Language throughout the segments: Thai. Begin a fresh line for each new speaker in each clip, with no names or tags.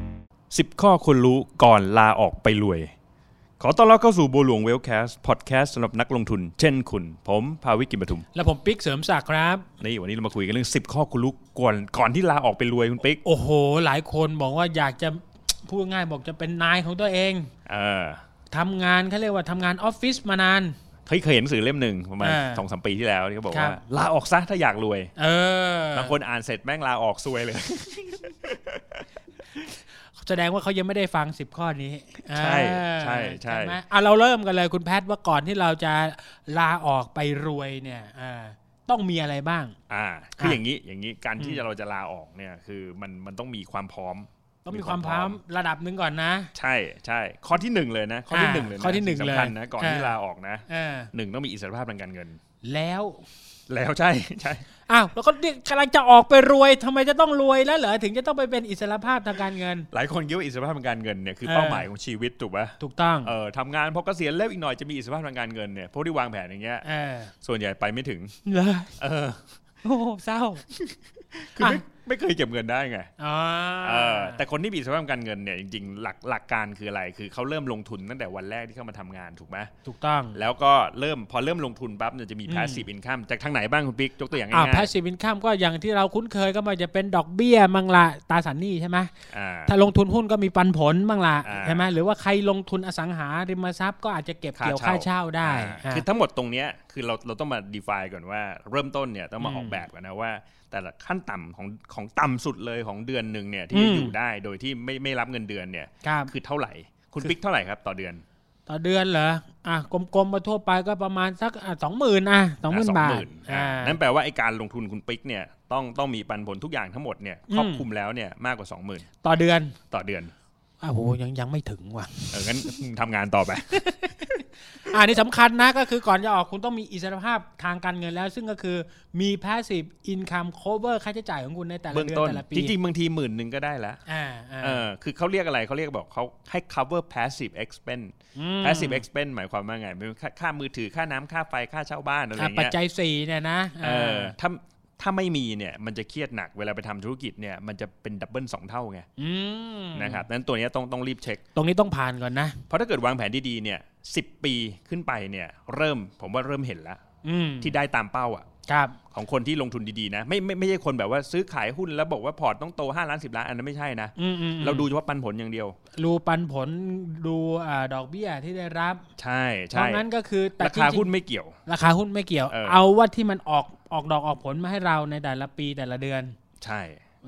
10 ข้อควรรู้ก่อนลาออกไปรวย ขอต้อนรับเข้าสู่บัวหลวงเวลแคสต์พอดแคสต์สำหรับนักลงทุน เช่นคุณ ผมภาวิกิมปทุม
แล้วผมปิ๊กเสริมศักดิ์ครับ
นี่วันนี้เรามาคุยกันเรื่อง 10 ข้อควรรู้ก่อนก่อนที่ลาออกไปรวยคุณปิ๊ก
โอ้โห หลายคนบอกว่าอยากจะ พูดง่ายบอกจะเป็นนายของตัวเอง
เออ
ทำงานเขาเรียกว่าทำงานออฟฟิศมานาน
เคยเคยเห็นหนังสือเล่มหนึ่งประมาณ
อ่า
สองสามปีที่แล้วที่เขาบอก
ครั
ว่า
บ
ลาออกซะถ้าอยากรวย
เออบ
างคนอ่านเสร็จแม่งลาออกซวยเลย
แสดงว่าเขายังไม่ได้ฟัง 10 ข้อนี้
ใช่
เออ
ใช่ใช่
ไหมอ่ะเราเริ่มกันเลยคุณแพทย์ว่าก่อนที่เราจะลาออกไปรวยเนี่ยเออต้องมีอะไรบ้าง
อ่าคืออะ อย่างนี้อย่างนี้การที่เราจะลาออกเนี่ยคือมันมันต้องมีความพร้อม
ต้องมีความพร้อมระดับหนึ่งก่อนนะ
ใช่ใช่ข้อที่หนึ่งเลยนะข้อที่หนึ่งเลยนะ
ข้อที่หนึ่ง
สิ่สำคัญ
เลย
นะก่อน
อ่า
ที่ลาออกนะ
เออ
หนึ่งต้องมีอิสรภาพทางการเงิน
แล้ว
แล้วใช่ใช่
อ้าวแล้วก็เนี่ยกำลังจะออกไปรวยทำไมจะต้องรวยแล้วเหรอถึงจะต้องไปเป็นอิสรภาพทางการเงิน
หลายคนคิดว่าอิสรภาพทางการเงินเนี่ยคือ
เออ
เป้าหมายของชีวิตถูกปะ
ถูกต้อง
เออทำงานพอเกษียณแล้วอีกหน่อยจะมีอิสรภาพทางการเงินเนี่ยพวกที่วางแผนอย่างเงี้ย
เออ
ส่วนใหญ่ไปไม่ถึง
เหรอ
เออ
โอ้โหเศร้า
คือไม่
อ่ะ
ไม่เคยเก็บเงินได้ไง
อ่า
เออแต่คนที่มีอิสรภาพทางการเงินเนี่ยจริงๆหลักหลักการคืออะไรคือเขาเริ่มลงทุนตั้งแต่วันแรกที่เข้ามาทำงานถูกไหม
ถูกต้อง
แล้วก็เริ่มพอเริ่มลงทุนปั๊บเนี่ยจะมี
อืม
passive income จากทางไหนบ้างคุณปิ๊กยกตัวอย่าง
อ่า
ง่าย
พาสซีฟอินคัมก็อย่างที่เราคุ้นเคยก็มันจะเป็นดอกเบี้ยมั่งละตราสันหนี้ใช่ไหม
ๆอ่า
ถ้าลงทุนหุ้นก็มีปันผลมั่งละ
อ่า
ใช่ไหมหรือว่าใครลงทุนอสังหาริมทรัพย์ก็อาจจะเก็บเกี่ยว
ค่า
ค่า
เช่า
เช่าได้
อ่า
อ่า
คือทั้งหมดตรงเนี้ยคือเราเราต้องมา define ก่อนว่า เริ่มต้นเนี่ยต้องมา
อืม
ออกแบบกันนะว่า แต่ละขั้นต่ำของของต่ำสุดเลยของเดือนหนึ่งเนี่ยที่จะ
อืม
อยู่ได้โดยที่ไม่ไม่รับเงินเดือนเนี่ย
ครับ
คือเท่าไหร่ คุณปิ๊กเท่าไหร่ครับต่อเดือน
ต่อเดือนเหรออ่ะกลมๆมาทั่วไปก็ประมาณสักสองหมื่นอ่ะสองหมื่นบาท
20,000อ่า
อ่า
นั่นแปลว่าไอการลงทุนคุณปิ๊กเนี่ยต้องต้องมีปันผลทุกอย่างทั้งหมดเนี่ย
อื
ค
ม
รอบคลุมแล้วเนี่ยมากกว่า 20,000
ต่อเดือน
ต่อเดือน
อ้าวโหยังยังไม่ถึงว่ะ
เอองั้น มึงทำงานต่อไป
อันนี้สำคัญนะก็คือก่อนจะออกคุณต้องมีอิสรภาพทางการเงินแล้ว ซึ่งก็คือมี passive income cover ค่าใช้จ่ายของคุณในแต่ละ
เบื้อง
เดือน
ต้น
แต่ละปี
จริงๆบางทีหมื่นหนึ่งก็ได้ละ
อ่าอ่า
เออคือเขาเรียกอะไรเขาเรียกบอกเขาให้ cover passive expense
ม
passive expense หมายความว่าไงไม่ว่าค่าค่ามือถือค่าน้ำค่าไฟค่าเช่าบ้านอะไรอ
อ่ะ
ย่าง
ปัจ
เงี้ย
จัยสี่เนี่ยนะ
เออถ้าถ้าไม่มีเนี่ยมันจะเครียดหนักเวลาไปทำธุรกิจเนี่ยมันจะเป็นดับเบิลสองเท่าไง
อืม
นะครับนั้นตัวเนี้ยต้องต้องรีบเช็ค
ตรงนี้ต้องผ่านก่อนนะ
เพราะถ้าเกิดวางแผนดีๆเนี่ยสิปีขึ้นไปเนี่ยเริ่มผมว่าเริ่มเห็นละ
อืม
ที่ได้ตามเป้าอ่ะ
ครับ
ของคนที่ลงทุนดีๆนะไม่ไม่ไม่ใช่คนแบบว่าซื้อขายหุ้นแล้วบอกว่าพอร์ตต้องโต5ล้าน10 ล้านอันนั้นไม่ใช่นะ
อืมอืมอืม
เราดูเฉพาะปันผลอย่างเดียว
รูปันผลดูอ่าดอกเบี้ยที่ได้รับ
ใช่
เพราะ
ใช่
งั้นก็คือแต่
ราคา
จริงๆ
หุ้นไม่เกี่ยว
ราคาหุ้นไม่เกี่ยว
เออ
เอาว่าที่มันออกออกดอกออกผลมาให้เราในแต่ละปีแต่ละเดือน
ใช่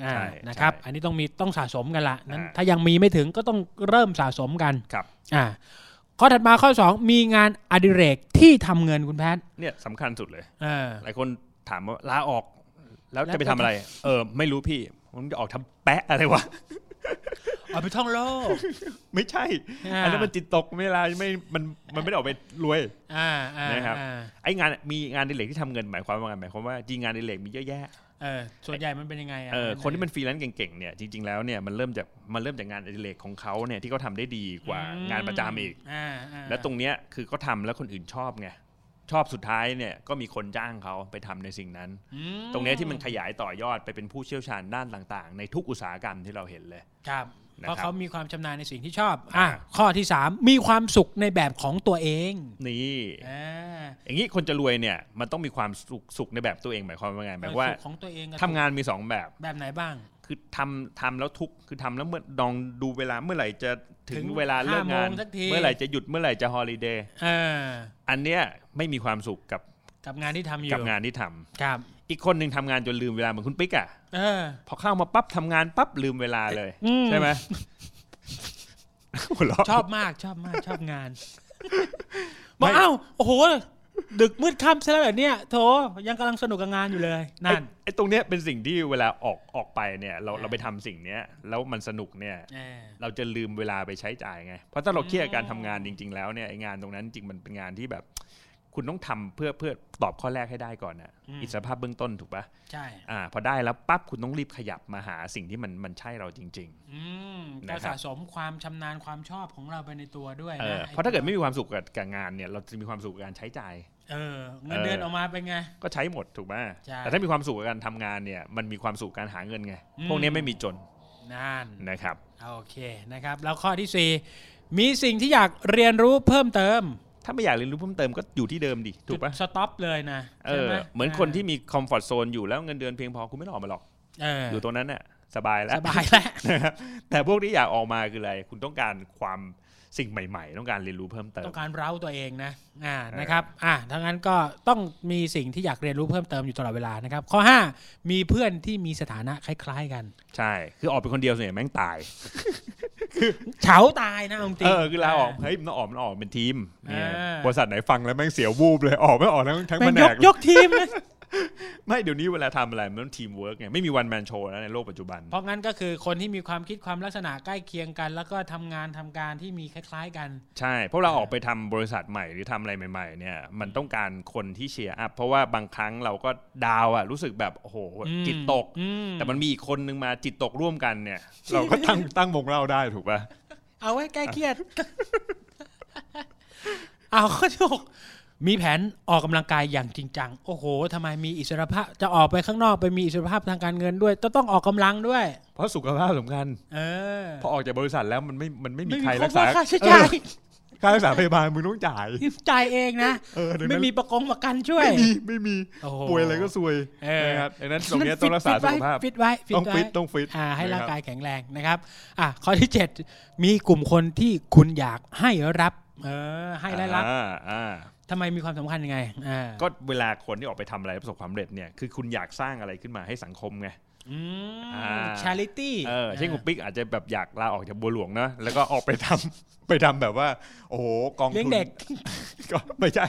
อ่า
ใช่
นะครับ
ใช่
อันนี้ต้องมีต้องสะสมกันละนั้น
อ่า
ถ้ายังมีไม่ถึงก็ต้องเริ่มสะสมกัน
ครับ
อ่าข้อถัดมาข้อ 2 มีงานอดิเรกที่ทำเงินคุณแพทย์
เนี่ยสำคัญสุดเลย
เออ
หลายคนถามว่าลาออก แล้ว
แล้ว
จะไป
จะ
ทำอะไร เออ ไม่รู้พี่ผมจะออกทำแปะอะไรวะ
เอาไปท่องโลก
ไม่ใช่
อ่า
อันนั้นมันจิตตกไม่ลาไม่มันมันไม่ได้ออกไปรวย
อ่าอ่า
นะครับ
อ่า
ไอ้งานมีงานอดิเรกที่ทำเงินหมายความว่าไงหมายความว่าจริงงานอดิเรกมีเยอะแยะ
เออส่วนใหญ่มันเป็นยังไงะ
เออคนที่มันฟรีแลนซ์เก่งๆเนี่ยจริงๆแล้วเนี่ยมันเริ่มจากมันเริ่มจากงานอดิเรกของเขาเนี่ยที่เขาทำได้ดีกว่างานประจำอีก
อ่าอ่า
แล้วตรงเนี้ยคือเขาทำแล้วคนอื่นชอบไงชอบสุดท้ายเนี่ยก็มีคนจ้างเขาไปทำในสิ่งนั้น
อืม
ตรงเนี้ยที่มันขยายต่อยอดไปเป็นผู้เชี่ยวชาญด้านต่างๆ ในทุกอุตสาหกรรมที่เราเห็นเลย
ครับ
นะครับ
เพราะเขามีความชำนาญในสิ่งที่ชอบอ่า
อ่า
ข้อที่ 3 มีความสุขในแบบของตัวเอง
นี่
อ่า
อย่างนี้คนจะรวยเนี่ยมันต้องมีความสุขสุขในแบบตัวเองหมายความว่าไงหมายความว่า
สุขของตัวเองกับ
ทำงานมีสองแบบ
แบบไหนบ้าง
คือทำทำแล้วทุกข์คือทำแล้วเมื่อดองดูเวลาเมื่อไหร่จะถึ
ถึ
ง
ง
เวลาเลิกงาน
ห้าโมงสักที
เมื่อไหร่จะหยุดเมื่อไหร่จะฮอลิเดย์
เออ
อันเนี้ยไม่มีความสุขกับ
กับงานที่ทำอยู่
กับงานที่ทำ
ครับ
อีกคนหนึ่งทำงานจนลืมเวลาเหมือนคุณปิ๊กอะ
เออ
พอเข้ามาปั๊บทำงานปั๊บลืมเวลาเลย
อืม
ใช่ไหม หัวเราะ
ชอบมากชอบมากชอบงาน
ไม่
บอกเอ้าโอ้โห ดึกมืดค่ำซะแล้วแบบเนี้ยโถยังกำลังสนุกกับงานอยู่เลย นั่น
ไอ้ไอ้ตรงเนี้ยเป็นสิ่งที่เวลาออกออกไปเนี่ยเรา
อ่า
เราไปทำสิ่งเนี้ยแล้วมันสนุกเนี่ย
เออ
เราจะลืมเวลาไปใช้จ่ายไง เพราะถ้าเราเครียดกับการ
อืม
ทำงานจริง ๆ แล้วเนี่ยไอ้งานตรงนั้นจริงมันเป็นงานที่แบบ คุณต้องทำเพื่อเพื่อตอบข้อแรกให้ได้ก่อนนะอิสรภาพเบื้องต้นถูกปะ
ใช่
อ่าพอได้แล้วปั๊บคุณต้องรีบขยับมาหาสิ่งที่มันมันใช่เราจริง
อืม
นะครับ
เราสะสมความชำนาญความชอบของเราไปในตัวด้วย
ๆเออ
นะ
เพราะถ้าเกิดไม่มีความสุขกับกับงานเนี่ยเราจะมีความสุขกับการใช้จ่าย
เออเงินเดือน
เออ
ออกมาเป็นไง
ก็ใช้หมดถูกปะ
ใช่
แต่ถ้ามีความสุขกับการทำงานเนี่ยมันมีความสุขกับการหาเงินไง
อืม
พวกเนี้ยไม่มีจน
นั่น
นะครับ
โอเคนะครับ แล้วข้อที่สี่มีสิ่งที่อยากเรียนรู้เพิ่มเติม
ถ้าไม่อยากเรียนรู้เพิ่มเติมก็อยู่ที่เดิมดิถูกปะ
สต็อปเลยนะ
เอ
ใช่
อ
ไหม
เหมือนคนที่มีคอมฟอร์ z โซนอยู่แล้วเงินเดือนเพียงพอคุณไม่ต้องออกมาหรอก
เออ
อยู่ตรงนั้นน่ะสบายแล้ว
สบายแล้ว
นะครับแต่พวกที่อยากออกมาคืออะไร คุณต้องการความสิ่งใหม่ ๆ ต้องการเรียนรู้เพิ่มเติ
ต้
ม
องการเร้าตัวเองนะอ่า
เออ
นะครับอ่าทั้งนั้นก็ต้องมีสิ่งที่อยากเรียนรู้เพิ่มเติมอยู่ตลอดเวลานะครับ ข้อ 5 มีเพื่อนที่มีสถานะคล้าย ๆ กัน
ใช่ คือออกไปคนเดียวส่วนใหญ่แม่งตาย
เฉาตายนะเอาจริง
เออ คือลาออก เฮ้ย มันต้องออกมันต้องออกเป็นทีมเนี่ย
อ่า
บริษัทไหนฟังแล้วแม่งเสียวูบเลย ออกไม่ออกทั้งทั้ง
แม่
แผ
ง
น
ยก
ก
ยกที มนะ
ไม่ เดี๋ยวนี้เวลาทำอะไร มันต้องทีมเวิร์กไง ไม่มีวันแมนโชว์แล้วในโลกปัจจุบัน
เพราะงั้นก็คือคนที่มีความคิดความลักษณะใกล้เคียงกัน แล้วก็ทำงานทำการที่มีคล้าย ๆ กัน
ใช่ เพราะเราออกไปทำบริษัทใหม่หรือทำอะไรใหม่ ๆ เนี่ย มันต้องการคนที่เชียร์อัพ เพราะว่าบางครั้งเราก็ดาวน์อะรู้สึกแบบ โอ้โห
อืม
จิตตก
อืม
แต่มันมีอีกคนนึงมาจิตตกร่วมกันเนี่ย เราก็ตั้งตั้งวงเล่าได้ถูกปะ
เอาไว้ใกล้เครียด เอาข้อที่หกมีแผนออกกำลังกายอย่างจริงจัง โอ้โหทำไมมีอิสรภาพจะออกไปข้างนอกไปมีอิสรภาพทางการเงินด้วยต้องต้องออกกำลังด้วย
เพราะสุขภาพสำคัญ
เออ
พอออกจากบริษัทแล้วมันไม่ มันไม่มี
ไม่มี
ใคร
คร
รั
บ
กษา
ว่าค่าใช้จ่าย
เออค่ารักษาพยาบาลมึงต้องจ่าย
จ่ายเองนะ
เออดังนั้น
ไม่มีประกงประกันช่วย
ไม่มีไม่มี
โอ้โห
ป่วยอะไรก็ซวย
เออ
นะครับดังนั้นตรงเนี้ยต้องรักษาสุขภาพ
ฟิตไว้ฟิต
ต้อง
ไว้
ฟิตต้องฟิต
อ่าให้
นะค
ร่างกายแข็งแรงนะครับอ่ะข้อที่เจ็ดมีกลุ่มคนที่คุณอยากให้รับ เออ ให้และรับ
อ่าอ่า
ทำไมมีความสำคัญยังไงอ่า
ก็เวลาคนที่ออกไปทำอะไรประสบความสำเร็จเนี่ย คือคุณอยากสร้างอะไรขึ้นมาให้สังคมไง
อืม
อ่า
charity
เออเช่นคุณปิ๊กอาจจะแบบอยากลาออกจากบัวหลวงนะ แล้วก็ออกไปทำ ไปทำ แบบว่า โอ้โหกอง
เลี้ยง
ทุน
เด็ก
ก็ ไม่ใช่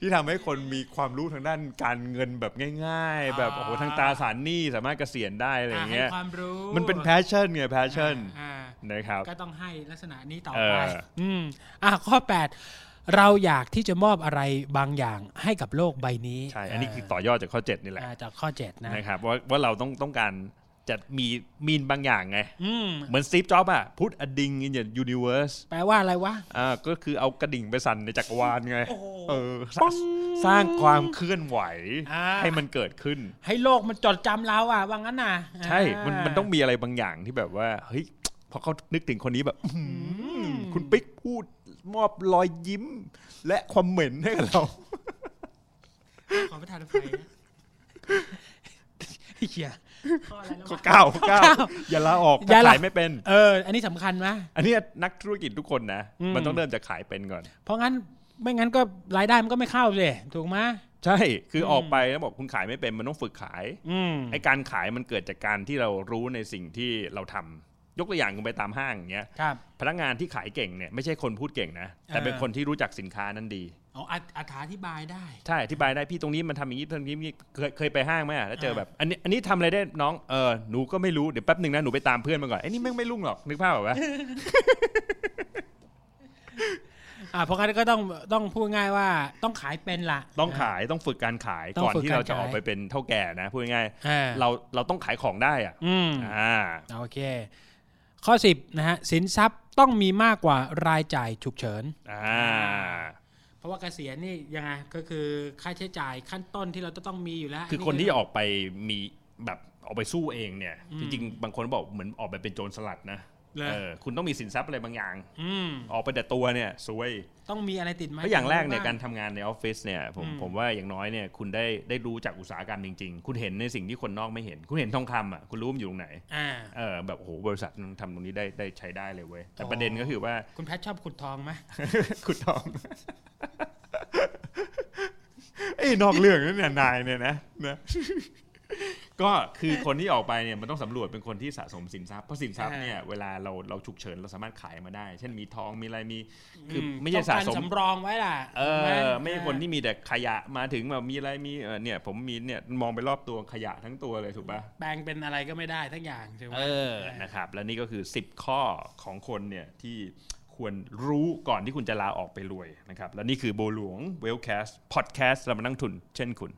ที่ทำให้คนมีความรู้ทางด้านการเงินแบบง่าย ๆ แบบ
อ่า
โอ้โหทางตราสารหนี้สามารถเกษียณได้อะไรอย่างเงี้ย
ให้ความรู้
มันเป็นแพชชั่นไงแพชชั่น
อ่า
นะครับ
ก็ต้องให้ลักษณะนี้ต่อ
เอ
ไป
อ
อืมอ่ะข้อแปดเราอยากที่จะมอบอะไรบางอย่างให้กับโลกใบนี้
ใช่ อันนี้คือต่อยอดจากข้อ 7 นี่แหละ
อ่าจากข้อเจ็ดนะ
นะครับว่าว่าเราต้องต้องการจะมีมีนบางอย่างไง
อืม
เหมือนซีฟจ็อบอะพุทอดิงอินเดียยูนิเวอร์ส
แปลว่าอะไรวะ
อ่าก็คือเอากระดิ่งไปสั่นในจักรวาลไง
โอ้โห
เออสร้า
ปึ้
ง
ง
สร้างความเคลื่อนไหว
อ่า
ให้มันเกิดขึ้น
ให้โลกมันจดจำเราอ่ะว่างั้นน่ะ
ใช่
า
มันมันต้องมีอะไรบางอย่างที่แบบว่า เฮ้ย พอเขานึกถึงคนนี้แบบ อื้อหือคุณปิ๊กพูดมอบรอยยิ้ม และความเหม็นให้กับเรา
ขอประทานอภัยนะ ไอ้เหี้ยข้ออะไรแล้ว
ข้อ
วะ
เก้าข้อเก้า
ข้อเก้า
อย่าลาออก
อย่า
ถ้า
ลา
ขายไม่เป็น
เออ อันนี้สำคัญไหม
อันเนี้ยนักธุรกิจทุกคนนะ
อืม
มันต้องเริ่มจากขายเป็นก่อน
เพราะงั้นไม่งั้นก็รายได้มันก็ไม่เข้าสิถูกไหม
ใช่ คือออกไปแล้วบอกคุณขายไม่เป็น มันต้องฝึกขาย
อืม
ไอการขายมันเกิดจากการที่เรารู้ในสิ่งที่เราทำยกตัวอย่างคุณไปตามห้างอย่างเงี้ย
ครับ
พนักงานที่ขายเก่งเนี่ยไม่ใช่คนพูดเก่งนะ แต่เป็น
เออ
คนที่รู้จักสินค้านั้นดี
เอาอธิอธิบายได้
ใช่อธิบายได้พี่ตรงนี้มันทำอย่างนี้ตรงนี้อย่างนี้เคยเคยไปห้างไหมอะแล้วเจอ
อ่า
แบบอันนี้อันนี้ทำอะไรได้น้องเออหนูก็ไม่รู้เดี๋ยวแป๊บหนึ่งนะหนูไปตามเพื่อนมาก่อนไอ้นี่แม่งไม่รุ่งหรอกนึกภาพแบบว่า
อ่าเพราะงั้นก็ต้องต้องพูดง่ายว่าต้องขายเป็นละ
ต้องขายต้องฝึกการขาย
ต้อง
ก่อน
ฝึก
ที่
ก
เราจะ
ขย
ออกไปเป็นเท่าแก่นะพูดง่าย
เออ
ๆเราเราต้องขายของได้อ่ะ
อืม
อ่า
โอเค ข้อ 10นะฮะสินทรัพย์ต้องมีมากกว่ารายจ่ายฉุกเฉิน
อ่า
เพราะว่าเกษียณนี่ยังไงก็คือค่าใช้จ่ายขั้นต้นที่เราจะต้องมีอยู่แล้ว
คือคนที่ออกไปมีแบบออกไปสู้เองเนี่ยจริงๆบางคนบอกเหมือนออกไปเป็นโจรสลัดนะ
เลย
เออคุณต้องมีสินทรัพย์อะไรบางอย่าง
อืม
ออกไปแต่ตัวเนี่ยซวย
ต้องมีอะไรติดไหม
เพราะอย่างแรกเนี่ย
บ้
การทำงานในออฟฟิศเนี่ยผม
อืม
ผมว่าอย่างน้อยเนี่ยคุณได้ได้รู้จากอุตสาหกรรมจริงๆ คุณเห็นในสิ่งที่คนนอกไม่เห็น คุณเห็นทองคำอ่ะคุณรู้มันอยู่ตรงไหน
อ่า
เออแบบโอ้โหบริษัทมันทำตรงนี้ได้ได้ใช้ได้เลยเว้ยแต่
อ๋อ
ประเด็นก็คือว่า
คุณแพทชอบขุดทองไหม
คุณทอง ไอ้ยนอกเรื่องนั่นเนี่ยนายเนี่ยนะนะ ก็คือคนที่ออกไปเนี่ยมันต้องสำรวจเป็นคนที่สะสมสินทรัพย์เพราะสินทรัพย์เนี่ยเวลาเราเราฉุกเฉินเราสามารถขายมาได้ เช่นมีทองมีอะไรมีคืออไม่ใช่
ต้
สะ
องการ
สม
สำรองไว้ล่ะ
เอ
ถูกห
อไม่ใช่คนที่มีแต่ขยะมาถึงแบบมีอะไรมีเออเนี่ยผมมีเนี่ยมองไปรอบตัวขยะทั้งตัวเลยถูกปะ
แปลงเป็นอะไรก็ไม่ได้ทั้งอย่างใช่ไหม
เออนะครับ และนี่ก็คือ 10 ข้อของคนเนี่ยที่ควรรู้ก่อนที่คุณจะลาออกไปรวยนะครับ และนี่คือโบวหลวงเวลแคสต์พอดแคสต์สำหรับนักลงทุนเช่นคุณ